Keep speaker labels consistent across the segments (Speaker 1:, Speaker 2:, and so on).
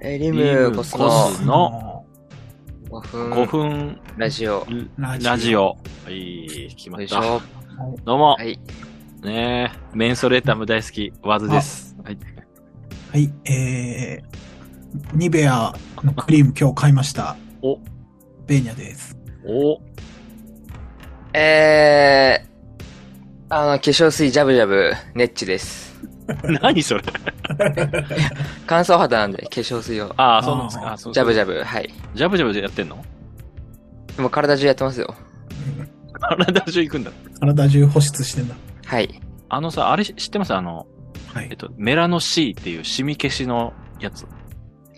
Speaker 1: えリムコスの
Speaker 2: コスの
Speaker 1: 5分
Speaker 2: 5分
Speaker 1: ラジオ。
Speaker 2: ラ
Speaker 3: ラ
Speaker 2: ジ
Speaker 3: ジ
Speaker 2: オ。
Speaker 3: オ
Speaker 2: はい、決ま
Speaker 1: よ
Speaker 2: っ
Speaker 1: いしょ
Speaker 2: た。。どうも、
Speaker 1: はい。
Speaker 2: ねえメンソレータム大好き、ワズです。はい。
Speaker 3: はい、えー、ニベアのクリーム今日買いました。
Speaker 2: お、
Speaker 3: ベーニャです。
Speaker 2: お、
Speaker 1: えー、あの、化粧水ジャブジャブ、ネッチです。
Speaker 2: 何それ
Speaker 1: 乾燥肌なんで、化粧水を。
Speaker 2: ああ、そうなんですか。
Speaker 3: あー
Speaker 2: あそう
Speaker 1: ジャブジ
Speaker 2: ャ
Speaker 1: ャブ、はい。
Speaker 2: ブ。ジャブジャブでやってんの
Speaker 1: でも体中やってますよ。
Speaker 2: 体中行くんだ。
Speaker 3: 体中保湿してんだ。
Speaker 1: はい。
Speaker 2: あのさ、あれ知ってますあの、
Speaker 3: は
Speaker 2: えっ
Speaker 3: い。
Speaker 2: と、メラノ C っていうシミ消しのやつ。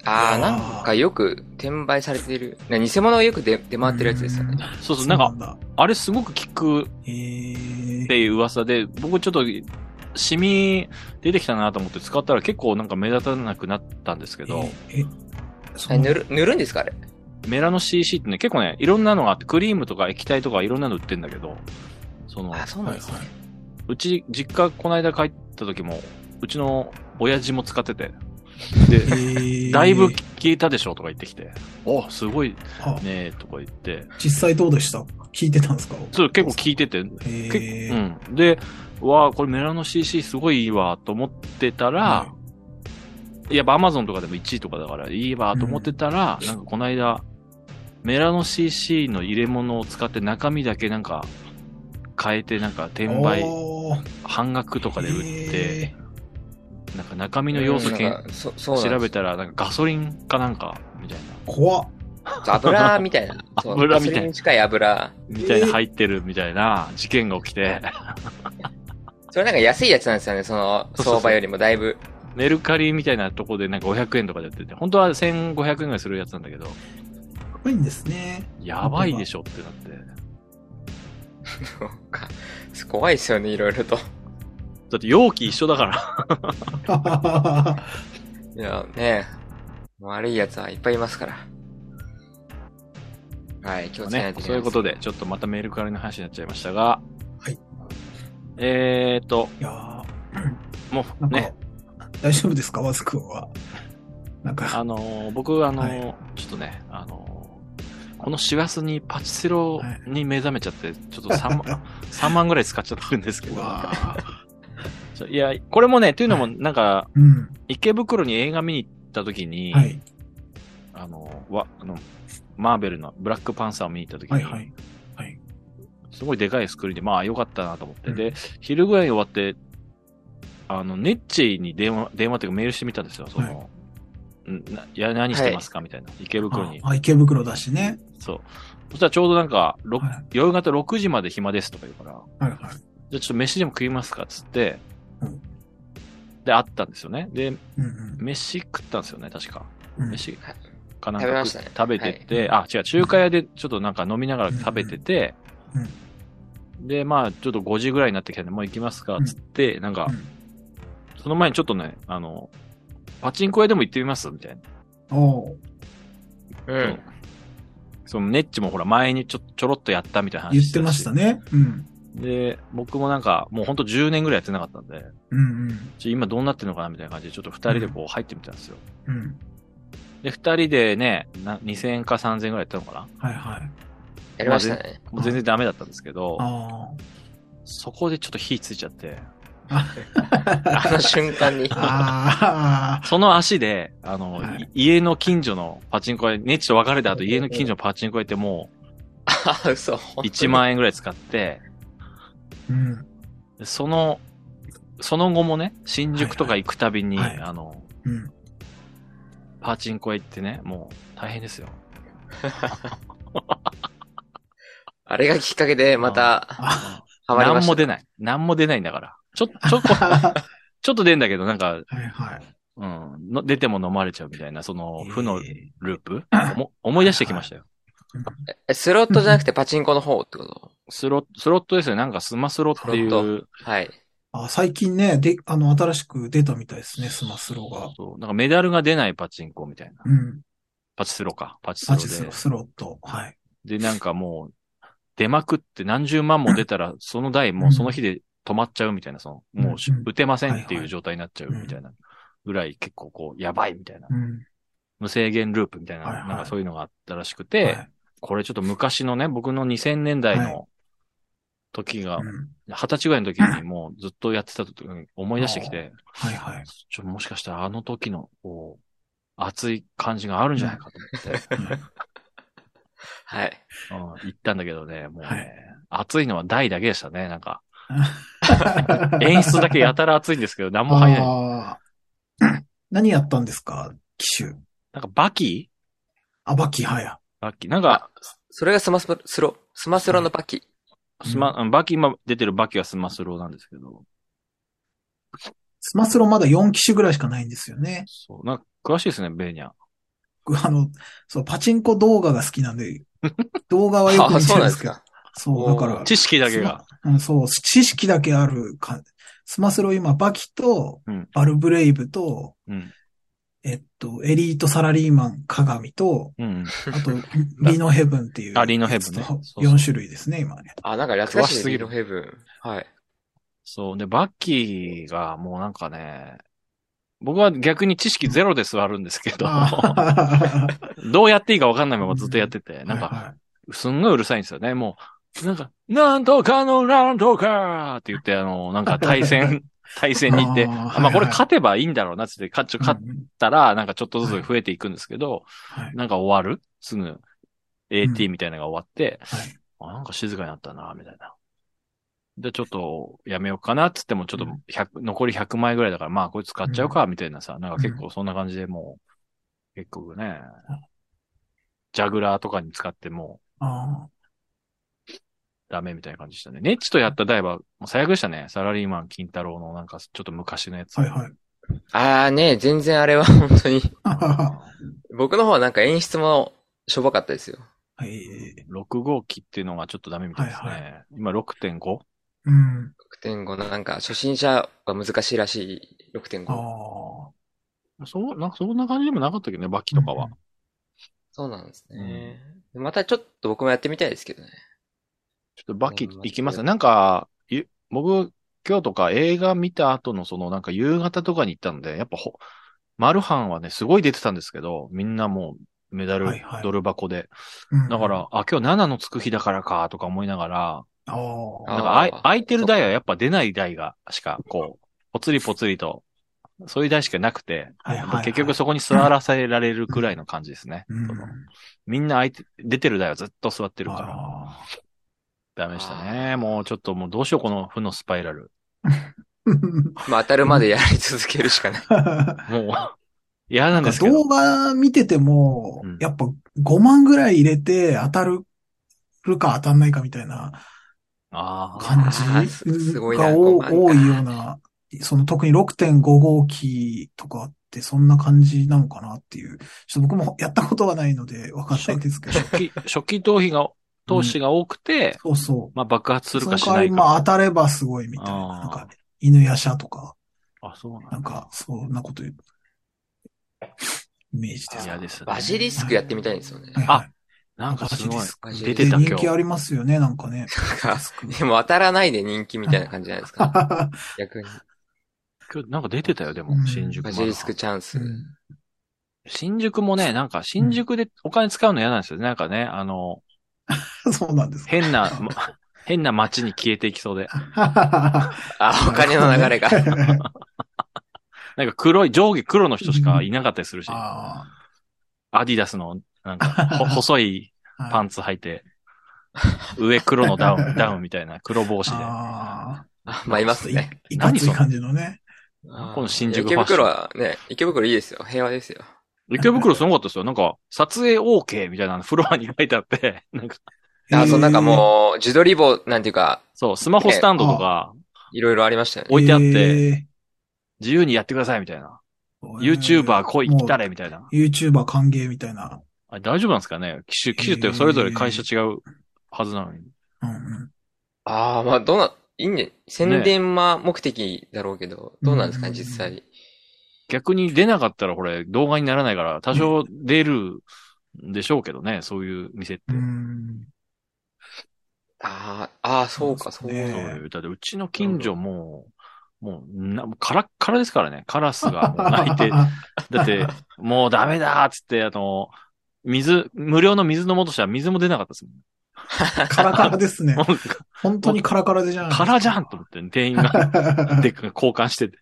Speaker 1: あ
Speaker 3: あ
Speaker 1: ー、
Speaker 3: ー
Speaker 1: なんかよく転売されている。な偽物がよく出出回ってるやつですよね。
Speaker 2: そうそう、なんか、
Speaker 3: だ。
Speaker 2: あれすごく効くっ
Speaker 3: えー
Speaker 2: ていう噂で、僕ちょっと、シミ出てきたなと思って使ったら結構なんか目立たなくなったんですけど、
Speaker 3: え、えそ
Speaker 1: あれ
Speaker 3: の
Speaker 1: 塗る、塗るんですかあれ。
Speaker 2: メラノ CC ってね、結構ね、いろんなのがあって、クリームとか液体とかいろんなの売ってんだけど、その、
Speaker 1: あ、そうなん
Speaker 3: はい
Speaker 1: ですね。
Speaker 3: は
Speaker 2: うち、実家この間帰った時も、うちの親父も使ってて、で、
Speaker 3: い。えー
Speaker 2: だいぶ消えたでしょとか言ってきて、おすごい
Speaker 3: あ
Speaker 2: ねとか言って、
Speaker 3: 実際どうでした聞いてたんですか
Speaker 2: そう結構効いてて、
Speaker 3: えー
Speaker 2: 結構、うん。で、わあこれメラノ CC すごいいいわと思ってたら、
Speaker 3: は
Speaker 2: やっぱ Amazon とかでも1位とかだからいいわと思ってたら、なんかこの間、メラノ CC の入れ物を使って中身だけなんか変えてなんか転売
Speaker 3: おー
Speaker 2: 半額とかで売って、
Speaker 3: え
Speaker 2: なんか中身の要素
Speaker 1: うん
Speaker 2: け
Speaker 1: なん
Speaker 2: ん
Speaker 1: かそそうなんです
Speaker 2: 調べたらなんかガソリンかなんかみたいな、
Speaker 3: ー怖っ。
Speaker 1: 油みたいな。そう
Speaker 2: 油みたいな
Speaker 1: ガソリンに近い油。
Speaker 2: みたいな入ってるみたいな事件が起きて、
Speaker 1: それなんか安いやつなんですよね、その
Speaker 2: そうそうそう
Speaker 1: 相場よりもだいぶ。
Speaker 2: メルカリみたいなとこでなんか500円とかで売ってて、本当は1500円ぐらいするやつなんだけど、
Speaker 3: 怖いんですね。
Speaker 2: やばいでしょってなって。
Speaker 1: そうか 怖いですよね、いろいろと。
Speaker 2: だって容器一緒だから。
Speaker 1: いや、ねえ。悪い奴はいっぱいいますから。はい、気をつけない
Speaker 2: ね
Speaker 1: といけ
Speaker 2: そ
Speaker 1: な
Speaker 2: うい
Speaker 1: いうです
Speaker 2: ことで、ちょっとまたメルカリの話になっちゃいましたが。
Speaker 3: はい。
Speaker 2: えーっと、
Speaker 3: いやー
Speaker 2: もう
Speaker 3: な
Speaker 2: ん
Speaker 3: か、
Speaker 2: ね、
Speaker 3: 大丈夫ですかワズくんは。なんか、
Speaker 2: あのー僕、あのー
Speaker 3: は
Speaker 2: ちょっとね、あのーこの師走にパチスロに目覚めちゃって、ちょっと3万、3万 ぐらい使っちゃってるんですけ
Speaker 3: う
Speaker 2: ど。
Speaker 3: わー
Speaker 2: そういや、これもね、というのも、なんか、
Speaker 3: うん。
Speaker 2: 池袋に映画見に行った時に、
Speaker 3: はい。
Speaker 2: あの、わ、あの、マーベルのブラックパンサーを見に行った時
Speaker 3: はい
Speaker 2: に、
Speaker 3: はい。はい。
Speaker 2: すごいでかいスクリーンで、まあ良かったなと思って、
Speaker 3: うん
Speaker 2: で、昼ぐらいに終わって、あの、ネッチェに電話、電話っていうかメールしてみたんですよ、その、んな、や、何してますか、みたいな。池袋に。
Speaker 3: あ、池袋だしね。
Speaker 2: そう。そしたらちょうどなんか、ろ
Speaker 3: はい
Speaker 2: 夜方6時まで暇ですとか言うから、
Speaker 3: はいはい。
Speaker 2: じゃあちょっと飯でも食いますかっつって、
Speaker 3: うん
Speaker 2: で、会ったんですよね。で、
Speaker 3: うんうん
Speaker 2: 飯食ったんですよね、確か。
Speaker 3: うん。
Speaker 2: 飯
Speaker 1: はい
Speaker 2: かなんか
Speaker 1: 食べましたね
Speaker 2: 食べてて、あ、違う、中華屋でちょっとなんか飲みながら食べてて、
Speaker 3: うん
Speaker 2: で、まあ、ちょっと5時ぐらいになってきたんで、もう行きますか、つって、なんか
Speaker 3: う、ん
Speaker 2: その前にちょっとね、あの、パチンコ屋でも行ってみますみたいな。
Speaker 3: おう
Speaker 1: うん。
Speaker 2: そのネッチもほら、前にちょ、ちょろっとやったみたいな話
Speaker 3: 言ってました
Speaker 2: ね。
Speaker 3: ね。うん。
Speaker 2: で、僕もなんか、もうほんと10年ぐらいやってなかったんで、
Speaker 3: うんうん。
Speaker 2: ちょ今どうなってるのかなみたいな感じで、ちょっと2人でこう入ってみたんですよ。
Speaker 3: うん。
Speaker 2: で、2人でね、な2000円か3000円ぐらいやったのかな
Speaker 3: はいはい。
Speaker 1: やりましたね。
Speaker 2: もう全然ダメだったんですけど、
Speaker 3: あ
Speaker 2: そこでちょっと火ついちゃって、
Speaker 3: あ。
Speaker 1: あの瞬間 に。
Speaker 3: ああ。
Speaker 2: その足で、あの、
Speaker 3: はい
Speaker 2: い家の近所のパチンコ屋、ネッチと別れた後、家の近所のパチンコ屋行っても
Speaker 1: あ、 嘘。本
Speaker 2: う
Speaker 1: 当に
Speaker 2: 1。万円ぐらい使って、
Speaker 3: うん。
Speaker 2: でその、その後もね、新宿とか行くたびに、
Speaker 3: はいはい
Speaker 2: あの、
Speaker 3: うん。
Speaker 2: パチンコ屋行ってね、もう大変ですよ。
Speaker 1: あれがきっかけで、また、
Speaker 3: あ
Speaker 1: ハマりま
Speaker 2: 何
Speaker 1: し
Speaker 2: も
Speaker 1: た。
Speaker 2: 出ない。何も出ないんだから。ちょ、ちょ、
Speaker 3: は
Speaker 2: ちょっと出んだけど、なんか、
Speaker 3: い はい。
Speaker 2: うん、の出ても飲まれちゃうみたいな、その、負の
Speaker 3: え
Speaker 2: ループ、おも思い出してきましたよ。
Speaker 1: えスロットじゃなくてパチンコの方ってこと
Speaker 2: スロスロットですよ。なんかスマスロってい
Speaker 1: スロッ
Speaker 2: う、
Speaker 1: はい。
Speaker 3: ーあ最近ね、で、あの、新しく出たみたいですね、スマスロが。
Speaker 2: そう、なんかメダルが出ないパチンコみたいな。
Speaker 3: うん。
Speaker 2: パチスロか。パチスロ
Speaker 3: マ
Speaker 2: で。
Speaker 3: ジスロ、スロット。はい。
Speaker 2: で、なんかもう、出まくって何十万も出たら、その台もうその日で止まっちゃうみたいな、その、もうし
Speaker 3: うん
Speaker 2: 打てませんって
Speaker 3: はい
Speaker 2: い
Speaker 3: は
Speaker 2: う
Speaker 3: い
Speaker 2: 状態になっちゃうみたいなぐらい結構こう、やばいみたいな
Speaker 3: うん。
Speaker 2: 無制限ループみたいな、
Speaker 3: はいはい
Speaker 2: なんかそういうのがあったらしくて、
Speaker 3: はい
Speaker 2: これちょっと昔のね、僕の2000年代の時が、
Speaker 3: うん
Speaker 2: 二十歳ぐらいの時にもうずっとやってた時に思い出してきて、
Speaker 3: はいはい。
Speaker 2: ちょもしかしたらあの時の、こう、熱い感じがあるんじゃないかと思って、
Speaker 1: はい。
Speaker 2: うん行ったんだけどね、もうね、
Speaker 3: はい
Speaker 2: 熱いのは台だけでしたね、なん か。
Speaker 3: うん
Speaker 2: 演出だけやたら熱いんですけど、なんも入らない。
Speaker 3: あー 何やったんですか機種。
Speaker 2: なんかバキ
Speaker 3: あ、バキ、はい。
Speaker 2: バキなんか、
Speaker 1: それがスマスロ、スロ、スマスロのバキ。
Speaker 2: スマ、うんバキ、今出てるバキはスマスローなんですけど、
Speaker 3: スマスロまだ4機種ぐらいしかないんですよね。
Speaker 2: そう、なんか詳しいですね、ベーニャ。
Speaker 3: あの、そう、パチンコ動画が好きな んで、動画はよく
Speaker 1: あ、
Speaker 3: 見て
Speaker 1: そ
Speaker 3: る
Speaker 1: うんなんです
Speaker 3: で
Speaker 1: す
Speaker 3: けど。
Speaker 1: か。
Speaker 3: そう、だから。
Speaker 2: 知識だけが。
Speaker 3: うん、そう、知識だけあるかスマスロ今、バキと
Speaker 2: うん、
Speaker 3: バルブレイブと、
Speaker 2: うん。
Speaker 3: えっと、エリートサラリーマン 鏡と、
Speaker 2: うんうん。
Speaker 3: あと、リノヘブンっていう。
Speaker 2: あリノヘブンねそうそう
Speaker 3: 4種類ですね、今 ね。
Speaker 1: あ、なんか懐かしい
Speaker 2: 詳し
Speaker 1: ですす
Speaker 2: ぎ
Speaker 1: ね、
Speaker 2: る
Speaker 1: リノヘブン。はい。
Speaker 2: そう。で、バッキーがもうなんかね、僕は逆に知識ゼロで座るんですけど、
Speaker 3: あー
Speaker 2: どうやっていいかわかんないままずっとやってて、なん
Speaker 3: はい
Speaker 2: か、
Speaker 3: はい
Speaker 2: すんごいうるさいんですよね。もう、なんか、なんとかのなんとかって言って、あの、なんか対 戦、対戦に行って、
Speaker 3: あー
Speaker 2: まあこれ
Speaker 3: はいはい
Speaker 2: 勝てばいいんだろうなっつって、勝っちょ勝っ
Speaker 3: うんうん
Speaker 2: たら、なんかちょっとずつ増えていくんですけど、
Speaker 3: はい
Speaker 2: なんか終わるすぐ、AT みたいなのが終わって、
Speaker 3: はい
Speaker 2: あ、なんか静かになったな、みたいな。で、ちょっと、やめようかな、っつっても、ちょっと
Speaker 3: うん
Speaker 2: 100、残り100枚ぐらいだから、まあ、これ使っちゃうか、みたいなさ、なんか結構そんな感じでもう、結構ね
Speaker 3: うん、
Speaker 2: ジャグラーとかに使っても
Speaker 3: あ
Speaker 2: うダメみたいな感じでしたね。ネッチとやった台は、もう最悪でしたね。サラリーマン金太郎のなんか、ちょっと昔のやつ。
Speaker 3: ーはいはい。
Speaker 1: あーね、全然あれは本当に。僕の方はなんか演出もしょぼかったですよ。
Speaker 3: はい。
Speaker 2: 6号機っていうのがちょっとダメみたいですね。
Speaker 3: はい
Speaker 2: 今 6.5?
Speaker 3: うん。
Speaker 1: 6.5のなんか初心者は難しいらしい
Speaker 3: あ
Speaker 1: 6.5。
Speaker 3: あ。
Speaker 2: そう、なんかそんな感じでもなかったけどね、バッキとかは。
Speaker 1: そうなんですね。またちょっと僕もやってみたいですけどね。
Speaker 2: ちょっとバキ
Speaker 1: うん
Speaker 2: 行きますね。なんか、ゆ僕、今日とか映画見た後のそのなんか夕方とかに行ったんで、やっぱほ、マルハンはね、すごい出てたんですけど、みんなもうメダル、
Speaker 3: はいはい
Speaker 2: ドル箱で。
Speaker 3: うん
Speaker 2: だから、、あ、今日7のつく日だからか、とか思いながら、
Speaker 3: あー
Speaker 2: なんかあい
Speaker 1: あー
Speaker 2: 空いてる台はやっぱ出ない台が、しか、こう、ぽつりぽつりと、そういう台しかなくて、
Speaker 3: はいはいはい
Speaker 2: 結局そこに座らせられるくらいの感じですね。
Speaker 3: うん
Speaker 2: そのみんな空いて、出てる台はずっと座ってるから。
Speaker 3: あ
Speaker 2: ダメでしたね。もうちょっともうどうしようこの負のスパイラル。
Speaker 3: ー
Speaker 1: まあ当たるまでやり続けるしかない。
Speaker 2: もう 嫌なんですけど
Speaker 3: 動。画見てても、
Speaker 2: うん
Speaker 3: やっぱ5万ぐらい入れて当たるか当たんないかみたいな
Speaker 2: ああ。
Speaker 3: 感
Speaker 1: あー
Speaker 3: じ
Speaker 1: すすごいな
Speaker 3: が
Speaker 1: 5
Speaker 3: お
Speaker 1: 万か
Speaker 3: 多いような、その特に6.5号機とかってそんな感じなのかなっていう。ちょっと僕もやったことがないので分かんないですけど。
Speaker 2: 初期、初期投資が、投資が多くて、
Speaker 3: そうそう。
Speaker 2: まあ爆発する
Speaker 3: そ
Speaker 2: か
Speaker 3: の
Speaker 2: し
Speaker 3: 代
Speaker 2: な
Speaker 3: わ
Speaker 2: い
Speaker 3: り、
Speaker 2: か。
Speaker 3: まあ当たればすごいみたいな。
Speaker 2: あー
Speaker 3: なんか、犬や車とか、
Speaker 2: あ、そうなんだ
Speaker 3: なんか、そんなこと言う。イメージです。
Speaker 2: 嫌ですね。
Speaker 1: バジリスクやってみたいんですよね。
Speaker 3: はい
Speaker 2: あ
Speaker 3: はい
Speaker 2: なんかすごい。
Speaker 1: バジリ
Speaker 2: 出
Speaker 1: スク
Speaker 2: てた
Speaker 3: で
Speaker 2: 今
Speaker 3: 人気あ
Speaker 2: 日。
Speaker 3: りますよね、なんかね。
Speaker 1: なんか
Speaker 3: スク
Speaker 1: でも当たらないで人気みたいな感じじゃないですか。逆に。
Speaker 2: 今日なんか出てたよ、で
Speaker 3: う
Speaker 2: も、
Speaker 3: ん
Speaker 2: 新宿
Speaker 1: バ
Speaker 2: ま
Speaker 1: ジ
Speaker 2: だ
Speaker 1: リスクチャンス。
Speaker 2: 新宿もね、なんか新宿でお金使うの嫌なんですよね。なんかね、あの、
Speaker 3: そうなんですか。
Speaker 2: 変な、ま 変な街に消えていきそうで。
Speaker 1: あ、お金の流れが。
Speaker 2: なんか黒い、上下黒の人しかいなかったりするし。
Speaker 3: あ
Speaker 2: アディダスの、なんか、ほ細い
Speaker 3: あ。
Speaker 2: パンツ履いて、上黒のダ ウン、ダウンみたいな黒帽子で。
Speaker 3: ああ。
Speaker 1: あまあいますね。
Speaker 3: いかつい感じのね。
Speaker 2: この新宿
Speaker 1: 池
Speaker 2: ファッション
Speaker 1: 袋はね、池袋いいですよ。平和ですよ。
Speaker 2: 池袋すごかったですよ。なんか、撮影 OK みたいなのフロアに書いてあって、 なんか、
Speaker 1: あ、そう、なんか
Speaker 3: う、
Speaker 1: もう、自撮り棒なんていうか、
Speaker 2: そう、スマホスタンドとか、
Speaker 1: いろいろありましたよね。
Speaker 2: 置いてあって
Speaker 3: え
Speaker 2: 自由にやってくださいみたいな。
Speaker 3: ー、
Speaker 2: YouTuber 来い、
Speaker 3: もう
Speaker 2: 来たれみたいな。
Speaker 3: YouTuber 歓迎みたいな。
Speaker 2: あれ大丈夫なんですかね機種、機種ってそれぞれ会社違うはずなのに。
Speaker 3: うんうん
Speaker 1: ああ、まあ、どうな、いいんね。宣伝は目的だろうけど、どうなんですか、
Speaker 3: うん
Speaker 1: 実際。
Speaker 2: 逆に出なかったらこれ動画にならないから、多少出るんでしょうけどね、そういう店って。
Speaker 3: うん。
Speaker 1: ああ、ああ、そうか、そ
Speaker 3: そう
Speaker 1: か
Speaker 3: うで。すね
Speaker 2: そういう歌で、うちの近所も、もう、な、もうカラッカラですからね。カラスがもう泣い て、だって、もうダメだーっつって、あの、水、無料の水飲もうとしたら水も出なかったです
Speaker 3: カラカラですね
Speaker 2: も。ん。もう
Speaker 3: 本当にカラカラでじゃん。
Speaker 2: カラじ ゃんと思って、店員が、で、交換してて、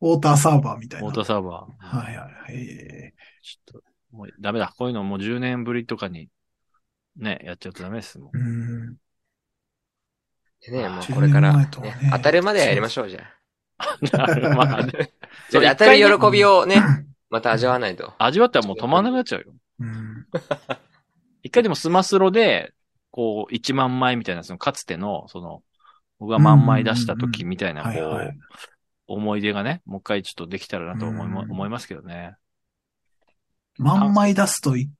Speaker 3: ウォーターサーバーみたい
Speaker 2: ウォ
Speaker 3: な
Speaker 2: ー。ターサーバー。
Speaker 3: はいはいはい。え
Speaker 2: ちょっと、もうダメだ。こういうのもう10年ぶりとかに、ね、やっちゃうとダメです もん
Speaker 3: ー。うん。
Speaker 1: でね、
Speaker 2: あー
Speaker 1: もうこれから、
Speaker 3: 10年前とはね
Speaker 1: ね当たるまではやりましょう、じゃあ。
Speaker 2: ま あね
Speaker 1: じ
Speaker 2: そう
Speaker 1: ゃあ当たる喜びをね、また味わわないと。
Speaker 2: 味わったらもう止まらなくなっちゃうよ。
Speaker 3: うん。
Speaker 2: 一回でもスマスロで、こう、1万枚みたいな、そのかつての、その、僕が万枚出した時みたいな、こ
Speaker 3: はいは
Speaker 2: う
Speaker 3: い、。
Speaker 2: 思い出がね、もう一回ちょっとできたらなと思いま
Speaker 3: うん
Speaker 2: 思いますけどね。
Speaker 3: 万枚出すとい、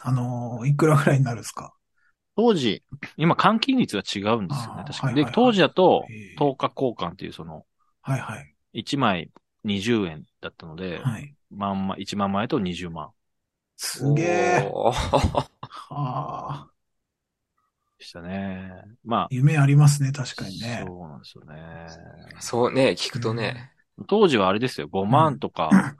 Speaker 3: あのー、いくらぐらいになるんですか
Speaker 2: 当時、今換金率が違うんですよ
Speaker 3: あ
Speaker 2: ね
Speaker 3: ー、
Speaker 2: 確か
Speaker 3: はい
Speaker 2: に。
Speaker 3: はい
Speaker 2: で
Speaker 3: はい、
Speaker 2: 当時だと
Speaker 3: へー、
Speaker 2: 10日交換っていう、その、
Speaker 3: はいはい。
Speaker 2: 1枚20円だったので、
Speaker 3: はい。
Speaker 2: 万枚、1万枚と20万
Speaker 3: すげえ。
Speaker 1: おー
Speaker 3: はあ。
Speaker 2: でしたね。まあ、
Speaker 3: 夢ありますね、確かにね。
Speaker 2: そうなんですよね。
Speaker 1: そうね、聞くとね。
Speaker 2: 当時はあれですよ、5万とか、
Speaker 3: ん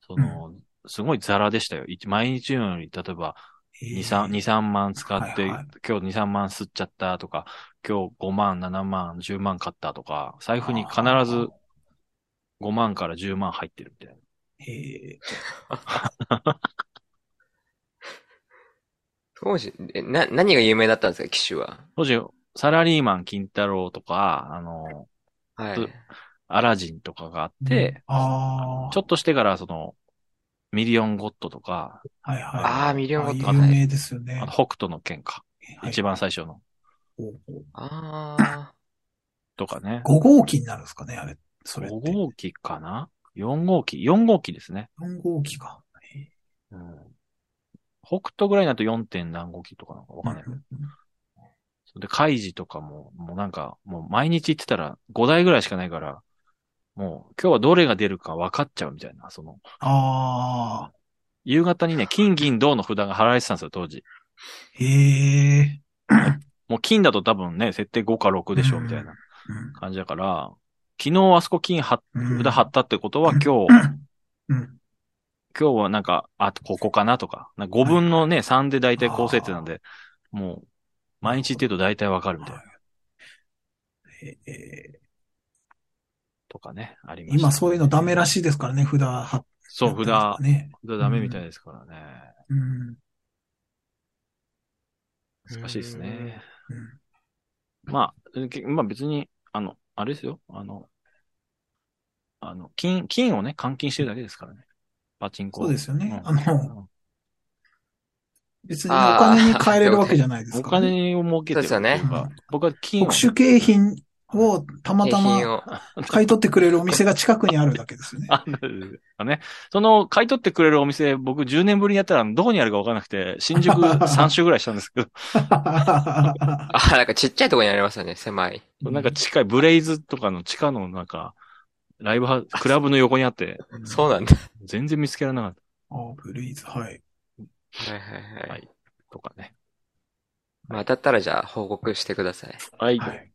Speaker 2: その、すごいザラでしたよ。い毎日のように、例えば、2、3、
Speaker 3: 二
Speaker 2: 2 3万使って、
Speaker 3: はいはい
Speaker 2: 今日2、3万吸っちゃったとか、今日5万、7万、10万買ったとか、財布に必ず5万から10万入ってるみたいな。
Speaker 3: え
Speaker 1: 当時、えな、何が有名だったんですか、機種は。
Speaker 2: 当時、サラリーマン金太郎とか、あの、
Speaker 1: はい。
Speaker 2: そうアラジンとかがあっ
Speaker 3: ー
Speaker 2: て、、
Speaker 3: ああ。
Speaker 2: ちょっとしてから、その、ミリオンゴッドとか、
Speaker 3: はいはい。
Speaker 1: ああ、ミリオンゴッド
Speaker 3: あ
Speaker 1: は
Speaker 3: 有
Speaker 1: い。
Speaker 3: 名ですよね
Speaker 2: あ。の北斗の剣か。
Speaker 3: はい
Speaker 2: 一番最初の。
Speaker 1: ああ。
Speaker 2: とかね。
Speaker 3: 5号機になるんですかね、あれ。それっ
Speaker 2: 5
Speaker 3: て。
Speaker 2: 号機かな ?4 号機 ?4 号機ですね。
Speaker 3: 4号機か。
Speaker 2: うん、北斗ぐらいになると 4. 点何号機とかなんかわかんないけど。で、カイジとかも、もうなんか、もう毎日行ってたら5台ぐらいしかないから、もう今日はどれが出るか分かっちゃうみたいな、その、
Speaker 3: ああ。
Speaker 2: 夕方 にね、金銀銅の札が貼られてたんですよ、当時。
Speaker 3: へえ。
Speaker 2: もう金だと多分ね、設定5か6でしょ、みたいな
Speaker 3: うん
Speaker 2: 感じだから、昨日あそこ金貼っ
Speaker 3: うん
Speaker 2: 札貼ったってこと は今日、
Speaker 3: うん。
Speaker 2: 今日はなんか、あ、ここかなとか、なんか5分のね、3で大体構成ってなんで、もう、毎日ってると大体わかるみたいな、
Speaker 3: ええ
Speaker 2: とかね、ありました
Speaker 3: 今そういうのダメらしいですからね、札貼って。
Speaker 2: そう、札、札
Speaker 3: ね。
Speaker 2: ダメみたいですからね。
Speaker 3: うん。
Speaker 1: うん
Speaker 2: 難しいですね。
Speaker 3: うん
Speaker 2: まあ、けまあ別に、あの、あれですよ、あの、あの、金、金をね、換金してるだけですからね。パチンコ。
Speaker 3: そうですよね。
Speaker 2: うん
Speaker 3: あの、別にお金に変えれるわけじゃないです
Speaker 2: お
Speaker 3: からね。
Speaker 2: 金を儲けてるっていう
Speaker 3: そうですよ
Speaker 2: か
Speaker 3: ね、
Speaker 2: 僕は金を
Speaker 3: 特、殊景品をたまた
Speaker 1: 景品
Speaker 3: ま
Speaker 1: を。
Speaker 3: 買い取ってくれるお店が近くにあるだけ ですよね。
Speaker 2: あるあね。その、買い取ってくれるお店、僕10年ぶりにやったらどこにあるか分からなくて、新宿3周ぐらいしたんですけ
Speaker 1: あー、なんかちっちゃいとこにありますよね、狭い。
Speaker 2: ど、なんか近いブレイズとかの地下のなんか、ライブハウス、クラブの横にあって、
Speaker 1: そうなんだ。
Speaker 2: 全然見つけられなかっ
Speaker 3: ああ、ブレイズ、はい。
Speaker 1: はいはいはい。
Speaker 2: はいたとかね。
Speaker 1: まあ、当たったらじゃあ報告してください。
Speaker 2: はい。
Speaker 3: はい。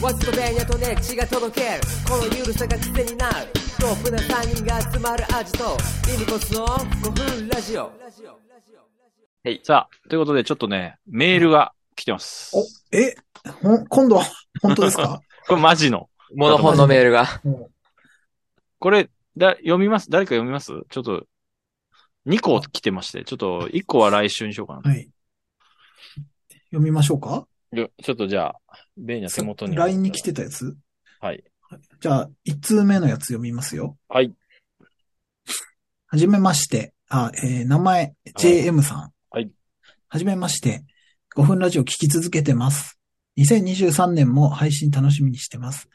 Speaker 4: わずとベニャとネッチが届けるこのゆるさが癖になるトップな3人が集まる味とリムコスの5分ラジオ
Speaker 2: さあ、ということでちょっとね、メールが来てます。
Speaker 3: お、え、ほん、今度は、本当ですか
Speaker 2: これマジの。
Speaker 1: モノホンのメールが。
Speaker 3: も
Speaker 2: これ、だ、読みます誰か読みますちょっと、2個来てまして、ちょっと1個は来週にしようかな
Speaker 3: う。はい。読みましょうか
Speaker 2: よちょっとじゃあ、ベーニャ手元に。
Speaker 3: LINE に来てたやつ
Speaker 2: はい。
Speaker 3: じゃあ、一通目のやつ読みますよ。
Speaker 2: はい。
Speaker 3: はじめまして。あ、えー名前、JM さん。
Speaker 2: はい。
Speaker 3: はじめまして。5分ラジオ聞き続けてます。2023年も配信楽しみにしてます。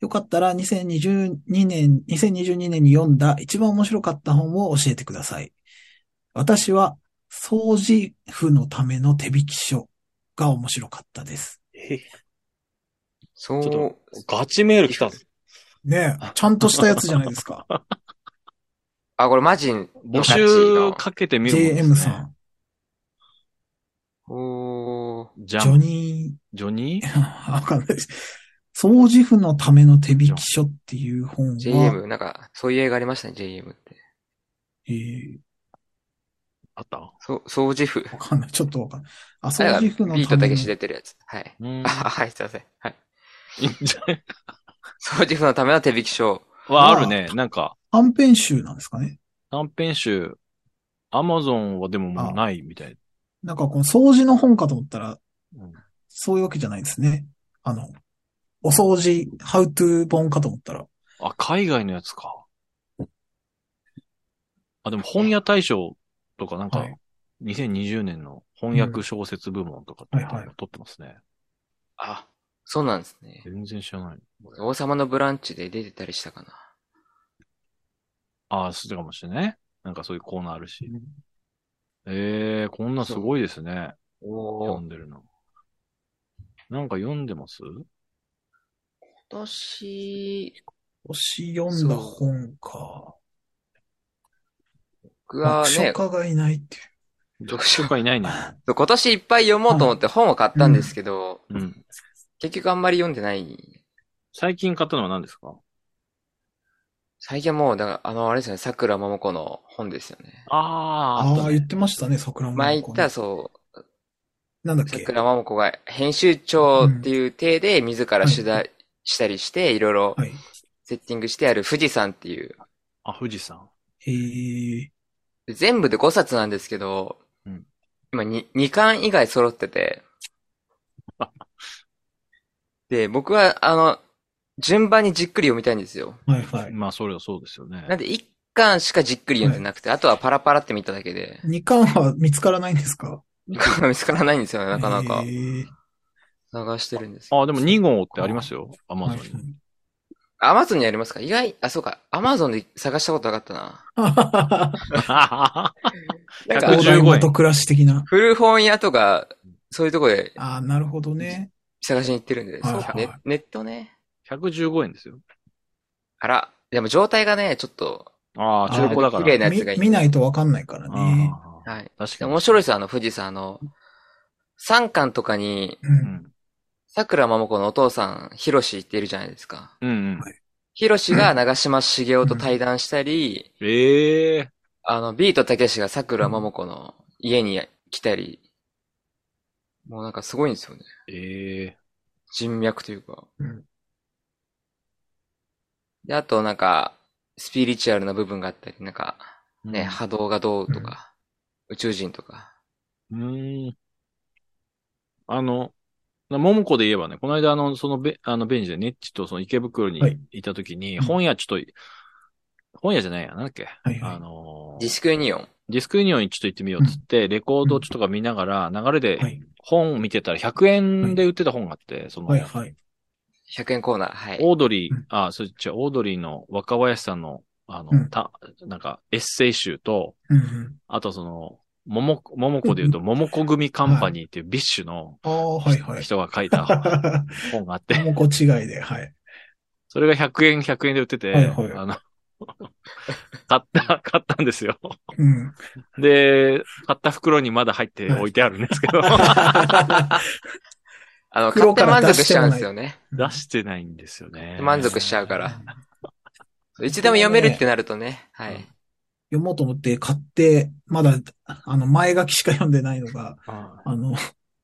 Speaker 3: よかったら2022年、2022年に読んだ一番面白かった本を教えてください。私は、掃除婦のための手引き書が面白かったです。
Speaker 1: そう。
Speaker 2: ちょガチメール来たぞ。
Speaker 3: ねえ、ちゃんとしたやつじゃないですか。
Speaker 1: あ、これマジの
Speaker 2: 募
Speaker 1: ガチの
Speaker 2: 集かけてみるもんですね
Speaker 3: JM さん。
Speaker 1: おー。あ
Speaker 2: ジ
Speaker 3: ジ
Speaker 2: ャ
Speaker 3: ョ
Speaker 2: ン、
Speaker 3: ニ
Speaker 2: ジョニー
Speaker 3: ー、 わかんないです。掃除婦のための手引き書っていう本は、
Speaker 1: ー、JM、なんか、そういう映画ありましたね、JM って。
Speaker 3: えー
Speaker 2: あ った
Speaker 1: そう、掃除婦。
Speaker 3: わかんない。ちょっとわかんない。あ、掃
Speaker 1: あ
Speaker 3: 除
Speaker 1: ビ
Speaker 3: 婦の
Speaker 1: ー
Speaker 3: た
Speaker 1: ト
Speaker 3: め
Speaker 1: た
Speaker 3: の
Speaker 1: けし出てるやつ。はい。
Speaker 2: うーん
Speaker 1: あ、。 はい、すいません。はい。
Speaker 2: いいんじゃない
Speaker 1: 掃除婦のための手引き書。
Speaker 2: は あるね。なんか、
Speaker 3: 短編集なんですかね。
Speaker 2: 短編集、アマゾンはでももうないみたい。
Speaker 3: なんかこの掃除の本かと思ったら、
Speaker 2: うん
Speaker 3: そういうわけじゃないですね。あの、お掃除、ハウトゥー本かと思ったら、
Speaker 2: あ、海外のやつか。あ、でも本屋大賞とかなんか
Speaker 3: はい、
Speaker 2: 2020年の翻訳小説部門とかって
Speaker 3: うんはいはい
Speaker 2: 取ってますね。
Speaker 1: あ、そうなんですね。
Speaker 2: 全然知らない。
Speaker 1: 王様のブランチで出てたりしたかな。
Speaker 2: ああ、そうかもしれないね。なんかそういうコーナーあるし。ええこんなすごいですね。
Speaker 1: お
Speaker 2: 読
Speaker 1: ー
Speaker 2: んでるの。なんか読んでます
Speaker 1: 今年、
Speaker 3: 星読んだ本か。
Speaker 1: 僕は
Speaker 3: 読書
Speaker 1: ね、
Speaker 3: 家がいないっていう。
Speaker 2: 読書がいない ね。
Speaker 1: 今年いっぱい読もうと思って本を買ったんですけど、
Speaker 2: うん。
Speaker 1: 結局あんまり読んでない。
Speaker 2: 最近買ったのは何ですか
Speaker 1: 最近はもう、だから、あの、あれですよね、桜桃子の本ですよね。
Speaker 2: ああー、あっ
Speaker 3: あ
Speaker 2: た
Speaker 3: あ、
Speaker 2: ね
Speaker 3: 言ってましたね、桜も。
Speaker 1: 前言ったらそう、
Speaker 3: なんだっけ。
Speaker 1: 桜桃子が編集長っていう体で自ら取材したりして、いろいろ
Speaker 3: はい。
Speaker 1: セッティングしてある富士山っていう、
Speaker 2: あ、富士山。
Speaker 3: えー、
Speaker 1: 全部で5冊なんですけど、
Speaker 2: うん
Speaker 1: 今 2, 2巻以外揃ってて。で、僕は、あの、順番にじっくり読みたいんですよ。
Speaker 3: はいはい。
Speaker 2: まあ、それはそうですよね。
Speaker 1: なんで1巻しかじっくり読んでなくて、あとはパラパラって見ただけで、
Speaker 3: 二巻は見つからないんですか
Speaker 1: 2巻 が見つからないんですよね、なかなか
Speaker 3: え。ー
Speaker 1: 探してるんですけど。
Speaker 2: あ、でも2号ってありますよ。アマゾ ンに。
Speaker 1: アマゾンにありますか意外、あ、そうか、アマゾンで探したことなかったな。
Speaker 3: はい
Speaker 1: なん
Speaker 3: 東
Speaker 1: か、
Speaker 3: 大元暮らし的な。
Speaker 1: 古本屋とか、そういうとこで
Speaker 3: ああ、なるほどね。
Speaker 1: 探しに行ってるんで、
Speaker 3: はい
Speaker 1: そ
Speaker 3: は
Speaker 1: う
Speaker 3: い
Speaker 1: か、ねネットね。
Speaker 2: 115円ですよ。
Speaker 1: あら、でも状態がね、ちょっと、
Speaker 2: ああ、
Speaker 3: あー
Speaker 2: 中古だから。
Speaker 1: 綺麗なやつ
Speaker 3: 見
Speaker 1: がいい
Speaker 3: 見ないとわかんないからね。
Speaker 2: ああ、
Speaker 1: はい。
Speaker 2: 確
Speaker 1: で
Speaker 2: かに。
Speaker 1: 面白いですよ、あの、富士山、あの、三巻とかに、
Speaker 3: う。
Speaker 2: うんん。
Speaker 1: 桜桃子のお父さん、ヒロシっているじゃないですか。
Speaker 2: うんうん。
Speaker 1: ヒロシが長島茂雄と対談したり、
Speaker 2: ええ
Speaker 1: あの、ビートたけしが桜桃子の家に来たり、もうなんかすごいんですよね。
Speaker 2: ええ
Speaker 1: 人脈というか。
Speaker 3: うん
Speaker 1: で、あとなんか、スピリチュアルな部分があったり、なんか、ね、
Speaker 2: うん
Speaker 1: 波動がどうとか、宇宙人とか。
Speaker 2: うーん。あの、な桃子で言えばね、この間あの、そのベ、あのベンチでネッチとその池袋に
Speaker 3: はい
Speaker 2: いたときに、
Speaker 3: うん
Speaker 2: 本屋ちょっと、本屋じゃないや、なんだっけ、
Speaker 3: はいはい
Speaker 2: あのー
Speaker 1: ディスクユニオン。
Speaker 2: ディスクユニオンにちょっと行ってみようっつって、レコードちょっとか見ながら、流れ
Speaker 3: は
Speaker 2: で
Speaker 3: い。
Speaker 2: 本を見てたら100円で売ってた本があって、その、
Speaker 3: はいはい。
Speaker 1: 100円コーナー。はい。
Speaker 2: オードリー
Speaker 3: うん、
Speaker 2: あ、そっち、オードリーの若林さんの、あの、
Speaker 3: うん
Speaker 2: た、なんか、エッセイ集と、
Speaker 3: うんうん。
Speaker 2: あとその、もも、ももこで言うと、ももこ組カンパニーっていうビッシュの
Speaker 3: ああ、はい はい。
Speaker 2: 人が書い た本があって、
Speaker 3: もうこ違いで、はい。
Speaker 2: それが100円、100円で売ってて、
Speaker 3: はいはい
Speaker 2: あの、買った、買ったんですよ。
Speaker 3: うん。
Speaker 2: で、買った袋にまだ入って置いてあるんです けど、
Speaker 1: あの、買
Speaker 3: 袋
Speaker 1: って
Speaker 3: から
Speaker 1: 満
Speaker 3: 出
Speaker 1: 足
Speaker 3: し
Speaker 1: してち
Speaker 3: も
Speaker 1: ゃ
Speaker 3: な
Speaker 1: う
Speaker 3: い
Speaker 1: んですよね。
Speaker 2: 出してないんですよね。
Speaker 1: 満足しちゃうから。いつでも読めるってなるとね。は
Speaker 2: う
Speaker 1: い
Speaker 2: ん。
Speaker 3: 読もうと思って買って、まだ、あの、前書きしか読んでないのが、
Speaker 2: あ
Speaker 3: あの、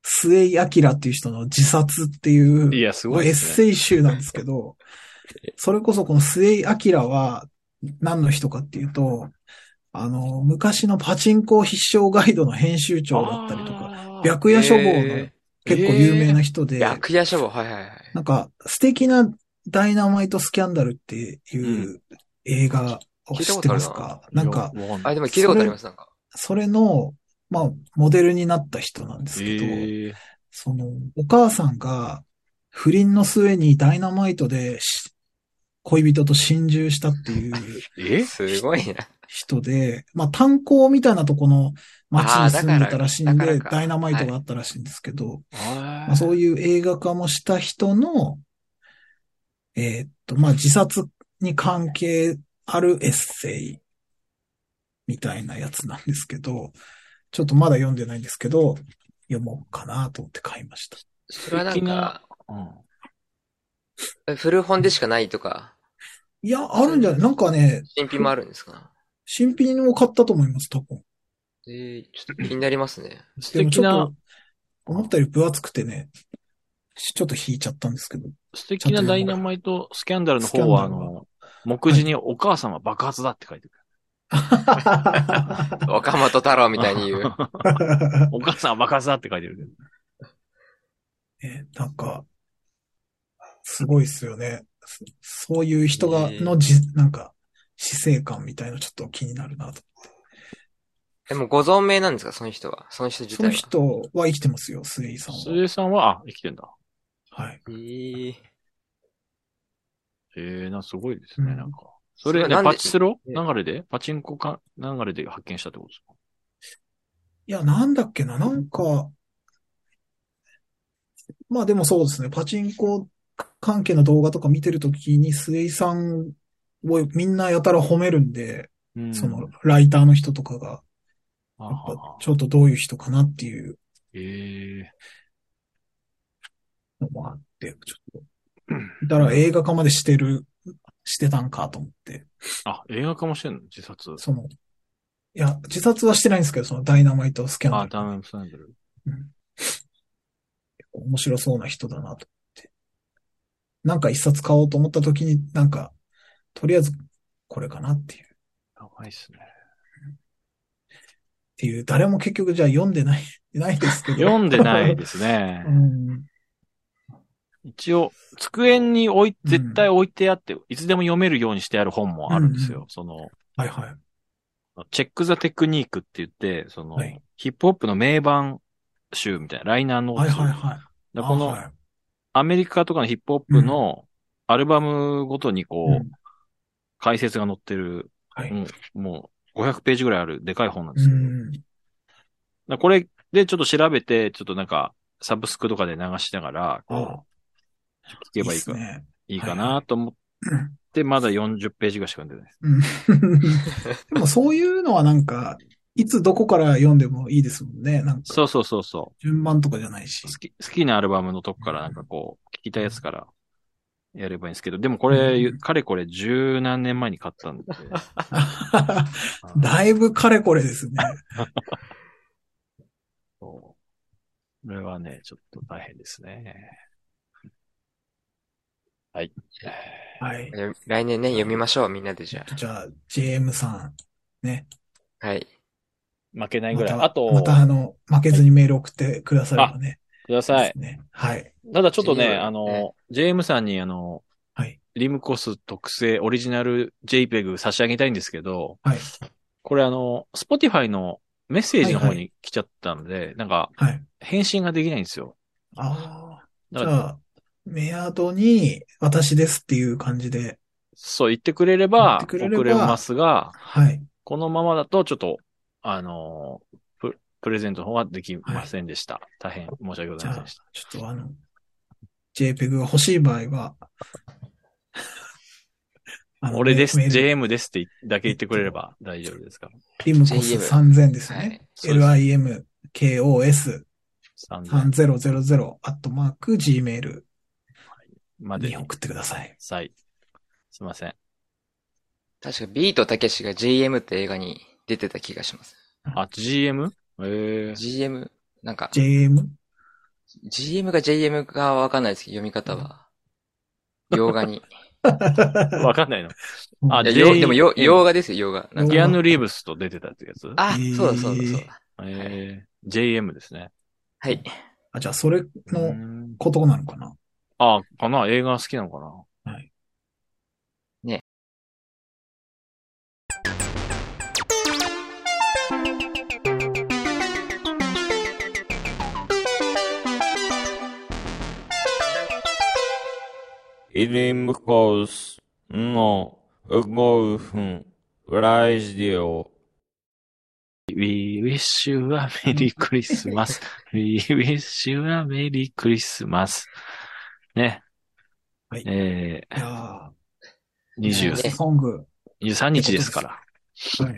Speaker 3: 末井明っていう人の自殺っていう
Speaker 2: い、や、すごい
Speaker 3: エ
Speaker 2: で
Speaker 3: ッ
Speaker 2: すね。
Speaker 3: セイ集なんです けど、それこそこの末井明は何の人かっていうと、あの、昔のパチンコ必勝ガイドの編集長だったりとか、
Speaker 2: あー
Speaker 3: 白夜処方の
Speaker 1: え
Speaker 3: 結構有名な人で、
Speaker 1: ー白夜処方、はいはいはい。
Speaker 3: なんか、素敵なダイナマイトスキャンダルっていう映画を知ってますか、なんか、
Speaker 2: いやわかんない
Speaker 1: あ、でも聞いたことあります、なんか。
Speaker 3: それの、まあ、モデルになった人なんですけど、
Speaker 2: ええ
Speaker 3: その、お母さんが不倫の末にダイナマイトでし恋人と心中したっ ていう
Speaker 2: え
Speaker 1: すごいな。
Speaker 3: 人で、まあ、炭鉱みたいなとこの町に住んでたらしいん
Speaker 1: あーだから
Speaker 3: で、
Speaker 1: だからか
Speaker 3: ダイナマイトがあったらしいんですけど、
Speaker 2: あ
Speaker 3: まあ、そういう映画化もした人の、えーっと、まあ、自殺に関係あるエッセイみたいなやつなんですけど、ちょっとまだ読んでないんですけど、読もうかなと思って買いました。
Speaker 1: それはなんか、
Speaker 2: うん。
Speaker 1: 古本でしかないとか、
Speaker 3: いや、あるんじゃないなんかね、
Speaker 1: 新品もあるんですか
Speaker 3: 新品を買ったと思います、多分。
Speaker 1: えー、ちょっと気になりますね。
Speaker 2: 素
Speaker 3: でもち
Speaker 2: 敵
Speaker 3: ょっ
Speaker 2: な
Speaker 3: と、、思ったより分厚くてね、ちょっと引いちゃったんですけど。
Speaker 2: 素敵なダイナマイトスキャンダルの方は、あ
Speaker 3: スキャンダル
Speaker 2: の、目次にお母様爆発だって書いてる。
Speaker 1: 若本太郎みたいに言 う。
Speaker 2: お母さんは爆発だって書いてるけど。
Speaker 3: ね、なんか、すごいっすよね。そそういう人が、
Speaker 1: ねえ
Speaker 3: のじ、なんか、死生観みたいのちょっと気になるなと。
Speaker 1: でもご存命なんですかその人は。その人自
Speaker 3: その
Speaker 1: 体は。
Speaker 3: 人は生きてますよ、ス井さん
Speaker 2: 鈴
Speaker 3: は。
Speaker 2: 江さんは、あ、生きてんだ。
Speaker 3: はい。
Speaker 1: えー、
Speaker 2: ええな、すごいですね、
Speaker 3: うん
Speaker 2: なんか。それ、
Speaker 1: それなんで
Speaker 2: パチスロ
Speaker 1: え
Speaker 2: 流れでパチンコか、流れで発見したってことですか
Speaker 3: いや、なんだっけな、なんか、まあでもそうですね、パチンコ関係の動画とか見てるときに、ス井さんをみんなやたら褒めるんで、
Speaker 2: うん
Speaker 3: その、ライターの人とかが、
Speaker 2: あ
Speaker 3: や
Speaker 2: は
Speaker 3: っぱ
Speaker 2: は
Speaker 3: ちょっとどういう人かなっていう
Speaker 2: ええ
Speaker 3: のもあって、ちょっと。だから映画化までしてる、してたんかと思って。
Speaker 2: あ、映画化もしてんの自殺。
Speaker 3: その、いや、自殺はしてないんですけど、そのダイナマイトスキャンダ
Speaker 2: あ、
Speaker 3: ル。
Speaker 2: ダメンスナイドル。
Speaker 3: 面白そうな人だなと思って。なんか一冊買おうと思った時に、なんか、とりあえずこれかなっていう。っ
Speaker 2: やばいっすね。
Speaker 3: ていう、誰も結局じゃあ読んでない、 ないですけど。
Speaker 2: 読んでない
Speaker 3: で
Speaker 2: ですね
Speaker 3: う。 ん。
Speaker 2: 一応、机に置い、
Speaker 3: うん
Speaker 2: 絶対置いてあって、いつでも読めるようにしてある本もあるんですよ。
Speaker 3: うん
Speaker 2: その、
Speaker 3: はいはい。
Speaker 2: チェック・ザ・テクニークって言って、その、
Speaker 3: はい
Speaker 2: ヒップホップの名盤集みたいな、ライナーノー
Speaker 3: はい
Speaker 2: ツ。
Speaker 3: はいはい。
Speaker 2: だこの、
Speaker 3: あはい
Speaker 2: アメリカとかのヒップホップのアルバムごとにこう、
Speaker 3: うん
Speaker 2: 解説が載ってる、
Speaker 3: はい
Speaker 2: もうもう500ページぐらいあるでかい本なんで
Speaker 3: う
Speaker 2: すけど、だか
Speaker 3: ん。
Speaker 2: らこれでちょっと調べて、ちょっとなんか、サブスクとかで流しながら、こう、聞けばいいか、
Speaker 3: っすね。
Speaker 2: いいかなと思って、まだ40ページぐらいしか読んでないです。
Speaker 3: うん でもそういうのはなんか、いつどこから読んでもいいですもんね。なんか、
Speaker 2: そうそうそうそ
Speaker 3: 順番とかじゃないし
Speaker 2: う。。好き、好きなアルバムのとこからなんかこう、聞きたいやつからやればいいんですけど、でもこれ、
Speaker 3: うん
Speaker 2: かれこれ十何年前に買った んで。
Speaker 3: だいぶかれこれですね。
Speaker 2: そう。これはね、ちょっと大変ですね。はい。
Speaker 3: はい。
Speaker 1: よ来年ね、読みましょう、みんなでじゃ
Speaker 3: じゃあ、JM さん、ね。
Speaker 1: あ。はい。
Speaker 2: 負けない
Speaker 3: ま
Speaker 2: ぐらい。
Speaker 3: た、
Speaker 2: あと、
Speaker 3: またあの、負けずにメール送ってくださればね。
Speaker 2: ください。
Speaker 3: ですね。はい。
Speaker 2: ただちょっと
Speaker 1: 自
Speaker 2: ね、
Speaker 1: 由
Speaker 2: あの、JM さんにあの、
Speaker 3: はい。
Speaker 2: リムコス特製オリジナル JPEG 差し上げたいんですけど、
Speaker 3: はい。
Speaker 2: これあの、Spotify のメッセージの方
Speaker 3: はいは
Speaker 2: に来ちゃったんで、なんか、
Speaker 3: はい。
Speaker 2: 返信ができないんですよ。
Speaker 3: ああ。
Speaker 2: だ
Speaker 3: じ
Speaker 2: か
Speaker 3: ゃ
Speaker 2: ら
Speaker 3: あ、メアドに、私ですっていう感じで。
Speaker 2: そう言ってくれれば、
Speaker 3: 言って
Speaker 2: 送
Speaker 3: くれれば
Speaker 2: れますが、
Speaker 3: はい。
Speaker 2: このままだと、ちょっと、あのープ、プレゼントの方はできませんでした。大変申し訳ございませんでした。
Speaker 3: ちょっとあの、JPEG が欲しい場合は、あの
Speaker 2: 俺です、
Speaker 3: メール
Speaker 2: JM ですってだけ言ってくれれば大丈夫ですから。
Speaker 3: リムコス
Speaker 1: JM
Speaker 3: 3000です
Speaker 1: は
Speaker 3: ね。
Speaker 1: い。
Speaker 2: そうです
Speaker 3: limkos3000
Speaker 2: 3000
Speaker 3: アットマーク gmail
Speaker 2: まで
Speaker 3: に送ってください。
Speaker 2: さい。すいません。
Speaker 1: 確かビートたけしが GM って映画に出てた気がします。
Speaker 2: あ、GM? ええ
Speaker 1: GM、なんか、
Speaker 3: jm?
Speaker 1: GM か JM かわかんないですけど、読み方 は。洋画に。
Speaker 2: わかんないの。あ
Speaker 1: いやよでもよ、
Speaker 2: JM
Speaker 1: 洋画ですよ、洋画。なんか
Speaker 2: キアヌ・リーブスと出てたってやつ
Speaker 1: あ、
Speaker 3: えー
Speaker 1: そうだそうだそうだ。
Speaker 2: ええ JM ですね。
Speaker 1: はい。
Speaker 3: あ、じゃあそれ
Speaker 2: う
Speaker 3: の
Speaker 2: ん
Speaker 3: ことなのかな
Speaker 2: あ、かな映画好きなのかな
Speaker 5: イリムコースの5分ラジオ。
Speaker 2: We wish you a Merry Christmas. We wish you a Merry Christmas. ね。
Speaker 3: はい
Speaker 2: え
Speaker 3: いや
Speaker 2: ー、
Speaker 3: ー
Speaker 2: 20
Speaker 1: ね
Speaker 3: ソング。
Speaker 2: 23日ですから。
Speaker 3: はい。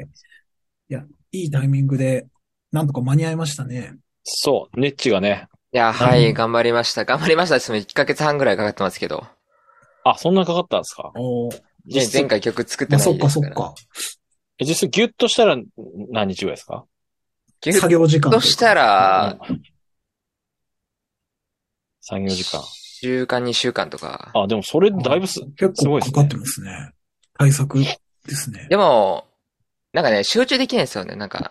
Speaker 3: いや、いいタイミングで、なんとか間に合いましたね。
Speaker 2: そう、ネッチがね。
Speaker 1: いや、は
Speaker 3: う
Speaker 1: い、
Speaker 3: ん
Speaker 1: 頑張りました。頑張りました。その1ヶ月半ぐらいかかってますけど。
Speaker 2: あ、そんなかかったんですか
Speaker 3: おー
Speaker 1: ね
Speaker 2: 実、質
Speaker 1: 前回曲作って
Speaker 3: まあ、
Speaker 1: ない
Speaker 3: そっ
Speaker 1: で
Speaker 3: か
Speaker 1: す
Speaker 3: そ
Speaker 1: か
Speaker 3: っ
Speaker 1: ら。
Speaker 3: か。
Speaker 2: え実際ギュッとしたら何日ぐらいですか
Speaker 1: ギュ
Speaker 3: 作
Speaker 1: ッ
Speaker 3: 業時間
Speaker 1: と
Speaker 3: というか
Speaker 1: したら、
Speaker 2: うん作業時間。
Speaker 1: 週間2週間とか。
Speaker 2: あ、でもそれだいぶす、
Speaker 3: 結
Speaker 2: すご
Speaker 3: 構
Speaker 2: いです
Speaker 3: か
Speaker 2: ね
Speaker 3: かってますね。対策ですね。
Speaker 1: でも、なんかね、集中できないんですよね、なん か。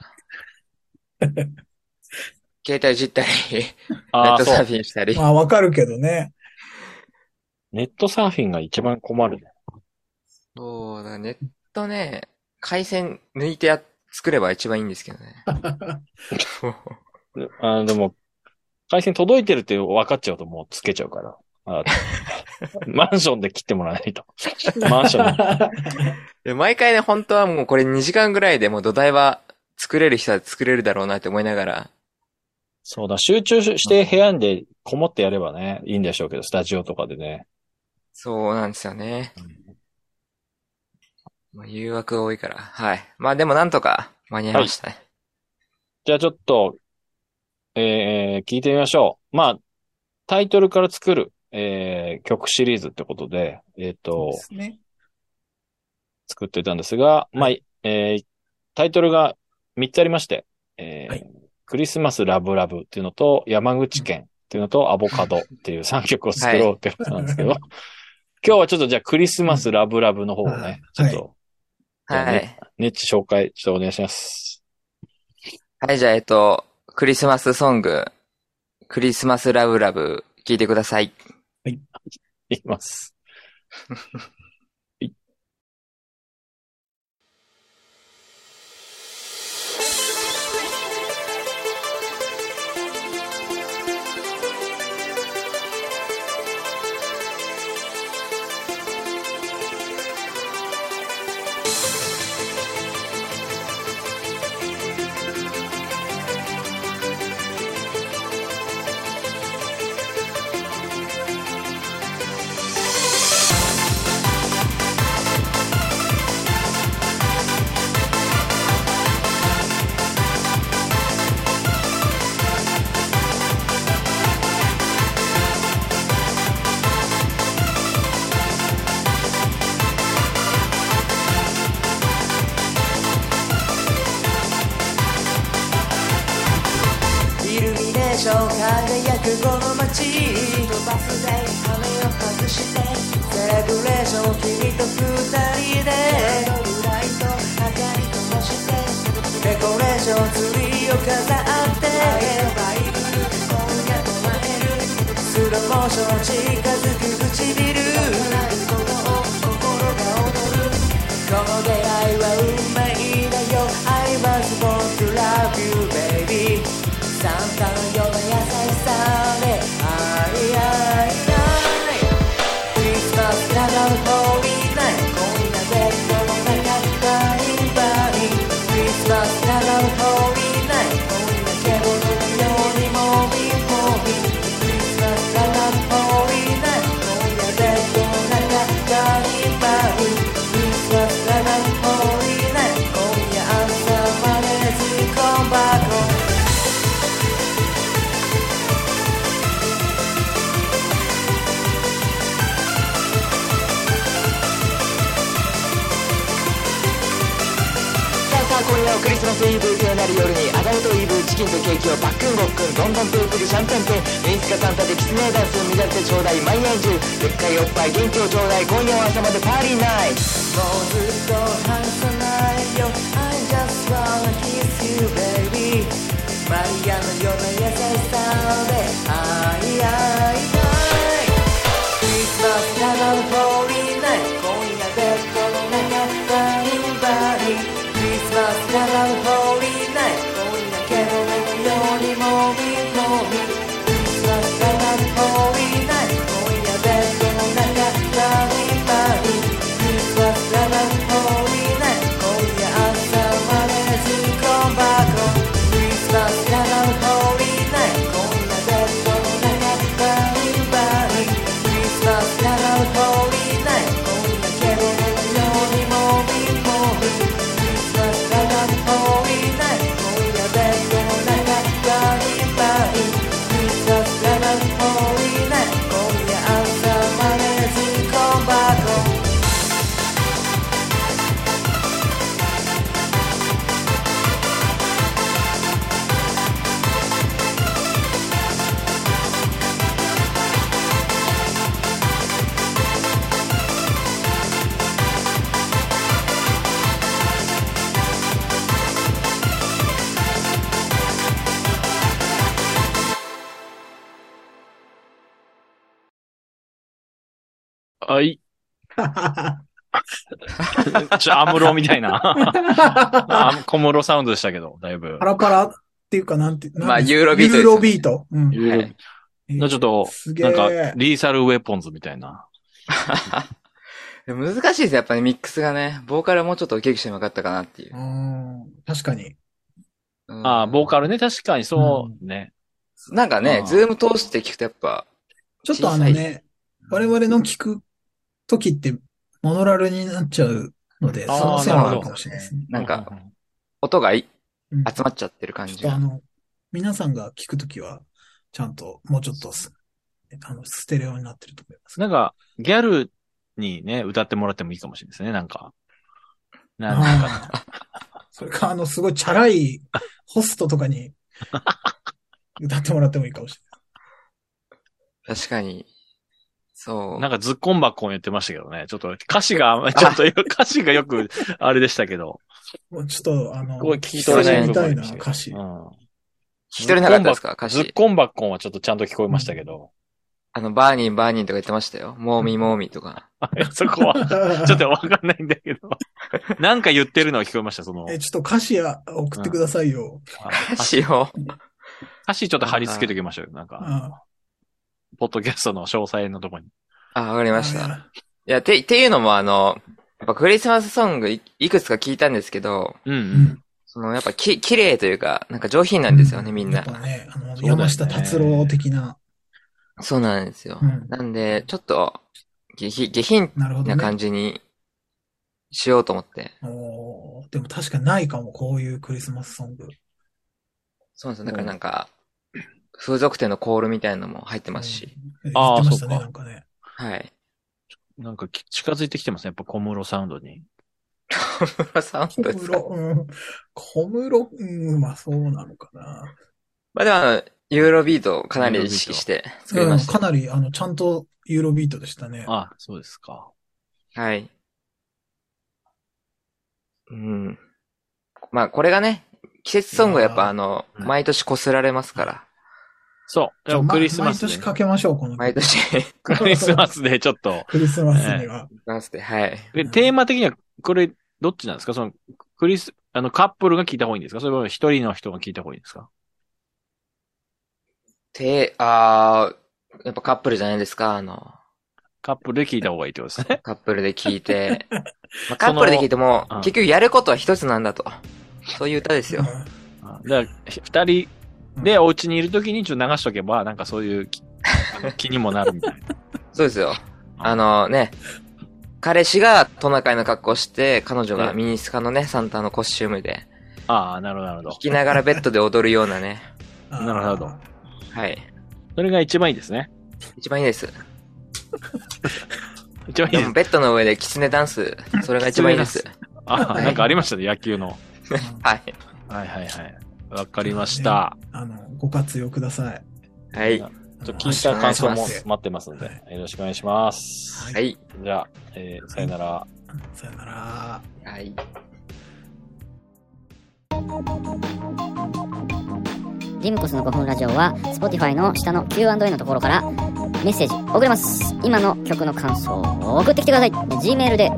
Speaker 1: 携帯いじったり、ネッ
Speaker 2: あ
Speaker 1: ト
Speaker 2: ー
Speaker 1: サ
Speaker 2: そ
Speaker 1: ー
Speaker 2: う。
Speaker 1: フィンしたり。
Speaker 3: まあ、わかるけどね。
Speaker 2: ネットサーフィンが一番困るね。
Speaker 1: そうだ、ネットね、回線抜いてやっ作れば一番いいんですけど ね。
Speaker 2: であでも、回線届いてるって分かっちゃうともうつけちゃうから。 あマンションで切ってもらわ ないと。マンションで。
Speaker 1: で毎回ね、本当はもうこれ2時間ぐらいでもう土台は作れる人は作れるだろうなって思いながら、
Speaker 2: そうだ、集中して部屋でこもってやればね、いいんでしょうけど、スタジオとかでね。
Speaker 1: そうなんですよね。まあ誘惑が多いから。はい。まあでもなんとか間に合いましたね。
Speaker 2: じゃあちょっと、えー、聞いてみましょう。まあ、タイトルから作る、えー、曲シリーズってことで、えっ、と、
Speaker 3: ですね。
Speaker 2: 作ってたんですが、まあ、えータイトルが3つありまして、えー
Speaker 3: はい
Speaker 2: クリスマスラブラブっていうのと、山口県っていうのと、アボカドって いう3曲を作ろうってことなんですけど、 今日はちょっとじゃあクリスマスラブラブの方をね、ちょ
Speaker 3: は
Speaker 2: っ
Speaker 3: い
Speaker 2: と、
Speaker 1: はい。
Speaker 2: ネッチ紹介、ちょっとお願いします。
Speaker 1: はい、じゃあ、えっと、クリスマスソング、クリスマスラブラブ、聞いてください。
Speaker 2: いきます。
Speaker 4: イルミネーション輝くこの街飛ばすで羽を外してセレブレーション君と二人でライト明かり灯してデコレーションツリーを飾ってバイブ今夜泊まれるスローモーション近づく唇この心が踊るこの出会いは運命だよ I was born to love you baby 三半よの優しさで I I I クリスマスだがホリーナイト恋なベッドの中バイバイクリスマスだがホリーナイト恋な獣のようにもみもみクリスマスだがホリーナイト恋なベッドの中バイバイクリスマスだがホリーナイト今夜朝までずっこんばこ
Speaker 6: さあさあ今夜はクリスマスイブとなる夜にアダルトイブチキンとケーキをパックンゴックンどんどんプープルシャンパンペン演出家サンタでキツネダンスを乱れてちょうだい毎夜中でっかいおっぱい元気をちょうだい今夜は朝までパーリーナイト
Speaker 4: もうずっと離さないよ I just wanna kiss you baby マリアのような優しさで I I I クリスマスなのホーリーナイト今夜ベッドの中バリバリクリスマスなのホーリーナイト今夜獣のようにもみもみクリスマスなのホーリーナイト今夜ベッドの中バリバリクリスマスなのホーリーナイト今夜朝までずっこんばこクリ
Speaker 2: はい。ちょ、アムロみた いな。あ小室サウンドでしたけど、だいぶ
Speaker 3: パ。ラパラっていうか、なんて、
Speaker 1: まあ、
Speaker 3: なんて
Speaker 1: ユーロビートです
Speaker 3: ユー
Speaker 1: よ
Speaker 3: ロ
Speaker 1: ね、
Speaker 3: ビート。うん。
Speaker 2: いろいろなちょっと、
Speaker 3: すげ
Speaker 2: なんか
Speaker 3: え、。
Speaker 2: リーサルウェポンズみたいな。
Speaker 1: でも難しいですね、やっぱりミックスがね。ボーカルはもうちょっと激しくなかったかなっていう
Speaker 3: う。ん。確かに。
Speaker 1: うん
Speaker 2: ああ、ボーカルね、確かにそうね。
Speaker 1: なんかね
Speaker 2: あ、ー
Speaker 1: ズーム通して聞くとやっぱ、
Speaker 3: ちょっとあの
Speaker 1: 小さ
Speaker 3: ね、我々の聞くときって、モノラルになっちゃうので、
Speaker 2: あー
Speaker 3: そのせいもあるかもしれないですね。
Speaker 1: なんか、音がい
Speaker 3: うん
Speaker 1: 集まっちゃってる感じ
Speaker 3: ちょっとあ
Speaker 1: が。
Speaker 3: の、皆さんが聞くときは、ちゃんと、もうちょっとす、あの、ステレオになってると思います。
Speaker 2: なんか、ギャルにね、歌ってもらってもいいかもしれないですね、なんか。なんか、
Speaker 3: ああそれか、あの、すごいチャラいホストとかに歌ってもらってもいいかもし
Speaker 1: 確かに。そう。
Speaker 2: なんかずっこんばっこん言ってましたけどね。ちょっと歌詞が、 ちょっと 歌詞がよくあれでしたけど。
Speaker 3: れない。もうちょっと、あの、
Speaker 2: これ聞き取れない
Speaker 3: 久しぶりみたい
Speaker 2: 部分で
Speaker 3: な
Speaker 2: したけど
Speaker 3: 歌詞。
Speaker 2: うん。
Speaker 1: 聞き取れなかったですか歌
Speaker 2: ずっ
Speaker 1: 詞。
Speaker 2: こんばっこんはちょっとちゃんと聞こえました けど。
Speaker 1: あの、バーニーバーニーとか言ってましたよ。モーミーモーミーとか。
Speaker 2: そこは、 ちょっとわかんないんだけど。なんか言ってるのは聞こえました、その。
Speaker 3: え、ちょっと歌詞や送ってくださいよ。
Speaker 2: あ
Speaker 1: 歌詞を。
Speaker 2: 歌詞ちょっと貼り付けておきましょうよ。なん
Speaker 3: うん。
Speaker 2: か、ポッドキャストの詳細のとこに。
Speaker 1: あ、わかりました。いや、て、っていうのもあの、やっぱクリスマスソングいいくつか聞いたんですけど、
Speaker 2: うんう。
Speaker 3: うんん。
Speaker 1: そのやっぱき、綺麗というか、なんか上品なんですよね、みん
Speaker 3: や
Speaker 1: な
Speaker 3: っ。ぱね、あ
Speaker 2: そう
Speaker 3: の、
Speaker 2: だよね
Speaker 3: 山下達郎的な。
Speaker 1: そうなんですよ
Speaker 3: う。ん。
Speaker 1: なんで、ちょっと、下品、下品
Speaker 3: なるほど
Speaker 1: な感
Speaker 3: ね。
Speaker 1: じにしようと思って。
Speaker 3: おーでも確かにないかも、こういうクリスマスソング。
Speaker 1: そうなんですよ。だからなんか、風俗店のコールみたいなのも入ってますし。
Speaker 3: うん。言
Speaker 2: あ
Speaker 3: っ
Speaker 2: ー
Speaker 3: てました
Speaker 2: そ
Speaker 3: ね、
Speaker 2: うか
Speaker 3: なんかね。
Speaker 1: はい。
Speaker 2: なんかき近づいてきてますね。やっぱ小室サウンドに。
Speaker 1: 小室さん、
Speaker 3: 小
Speaker 1: どうですか
Speaker 3: 室、うん。小室、うん、まあそうなのかな。
Speaker 1: まあでもあの、ユーロビートをかなり意識して作り
Speaker 3: う
Speaker 1: ま
Speaker 3: ん、
Speaker 1: した。
Speaker 3: かなり、あの、ちゃんとユーロビートでしたね。
Speaker 2: あ、そうですか。
Speaker 1: はい。うん。まあこれがね、季節ソングはやっぱあの、
Speaker 2: うん
Speaker 1: 毎年こすられますから。
Speaker 2: そう。
Speaker 3: じ
Speaker 2: で
Speaker 3: ゃあ
Speaker 2: も
Speaker 3: ま
Speaker 2: クリスマス
Speaker 3: 毎
Speaker 2: で
Speaker 3: 年、かけましょう、この
Speaker 1: 毎
Speaker 3: 曲。
Speaker 1: 年、
Speaker 2: クリスマスでちょっと。
Speaker 3: クリスマス には。
Speaker 1: なんすって、はい。
Speaker 2: で、テーマ的には、これ、どっちなんですかその、クリス、あの、カップルが聞いた方がいいんですかそれとも一人の人が聞いた方がいいんですか
Speaker 1: て、あー、やっぱカップルじゃないですか、あの、
Speaker 2: カップルで聞いた方がいいってこと ですね。
Speaker 1: カップルで聞い て。まあ、カップルで聞いても
Speaker 2: うん、
Speaker 1: 結局やることは一つなんだと。そういう歌 ですよ。
Speaker 2: あだから、ひ二人でお家にいるときにちょっと流しとけば、なんかそういう気あの気にもなるみたいな。
Speaker 1: そうですよ。あのね、彼氏がトナカイの格好をして、彼女がミニスカのね、サンタのコスチュームで、
Speaker 2: ああ、なるほど、なるほ
Speaker 1: 弾
Speaker 2: ど。
Speaker 1: きながらベッドで踊るようなね。
Speaker 3: うん
Speaker 2: なるほど。
Speaker 3: あ
Speaker 1: はい。
Speaker 2: それが一番いいですね。
Speaker 1: 一番いいです。
Speaker 2: 一番いい
Speaker 1: で
Speaker 2: で
Speaker 1: も
Speaker 2: す。
Speaker 1: ベッドの上でキツネダンス、それが一番いいです。
Speaker 2: ああ、
Speaker 3: はい
Speaker 2: なんかありましたね、野球の。
Speaker 3: ーうん
Speaker 1: はい。
Speaker 2: はいはいはい。わかりました。
Speaker 3: あの、ご活用ください。
Speaker 1: はい。
Speaker 2: ちょっと聞いた感想も
Speaker 1: お願い
Speaker 2: 待
Speaker 1: し
Speaker 2: ってますんで、よろしくお願いします。
Speaker 1: は。い。
Speaker 2: じゃあ、えー、さよなら。
Speaker 3: さよなら。
Speaker 1: はい。
Speaker 7: リムコスの5分ラジオは Spotify の下の Q&A のところからメッセージ送れます今の曲の感想を送ってきてください G メールで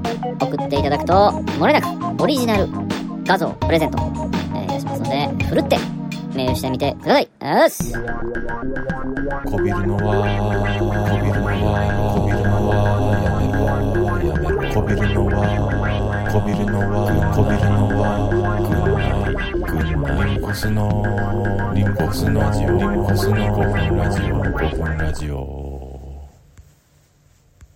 Speaker 7: 送っていただくと漏れなくオリジナル画像プレゼント、えーしますのでふるってメールしてみてくださいよし
Speaker 5: こびるのは、こびるのは、こびるのは、やめろ、やめろ。こびるのは、こびるのは、こびるのは、くんない、くんない。リンコスの、リンコスのラジオ、リンコスの5分ラジオ、5分ラジオ。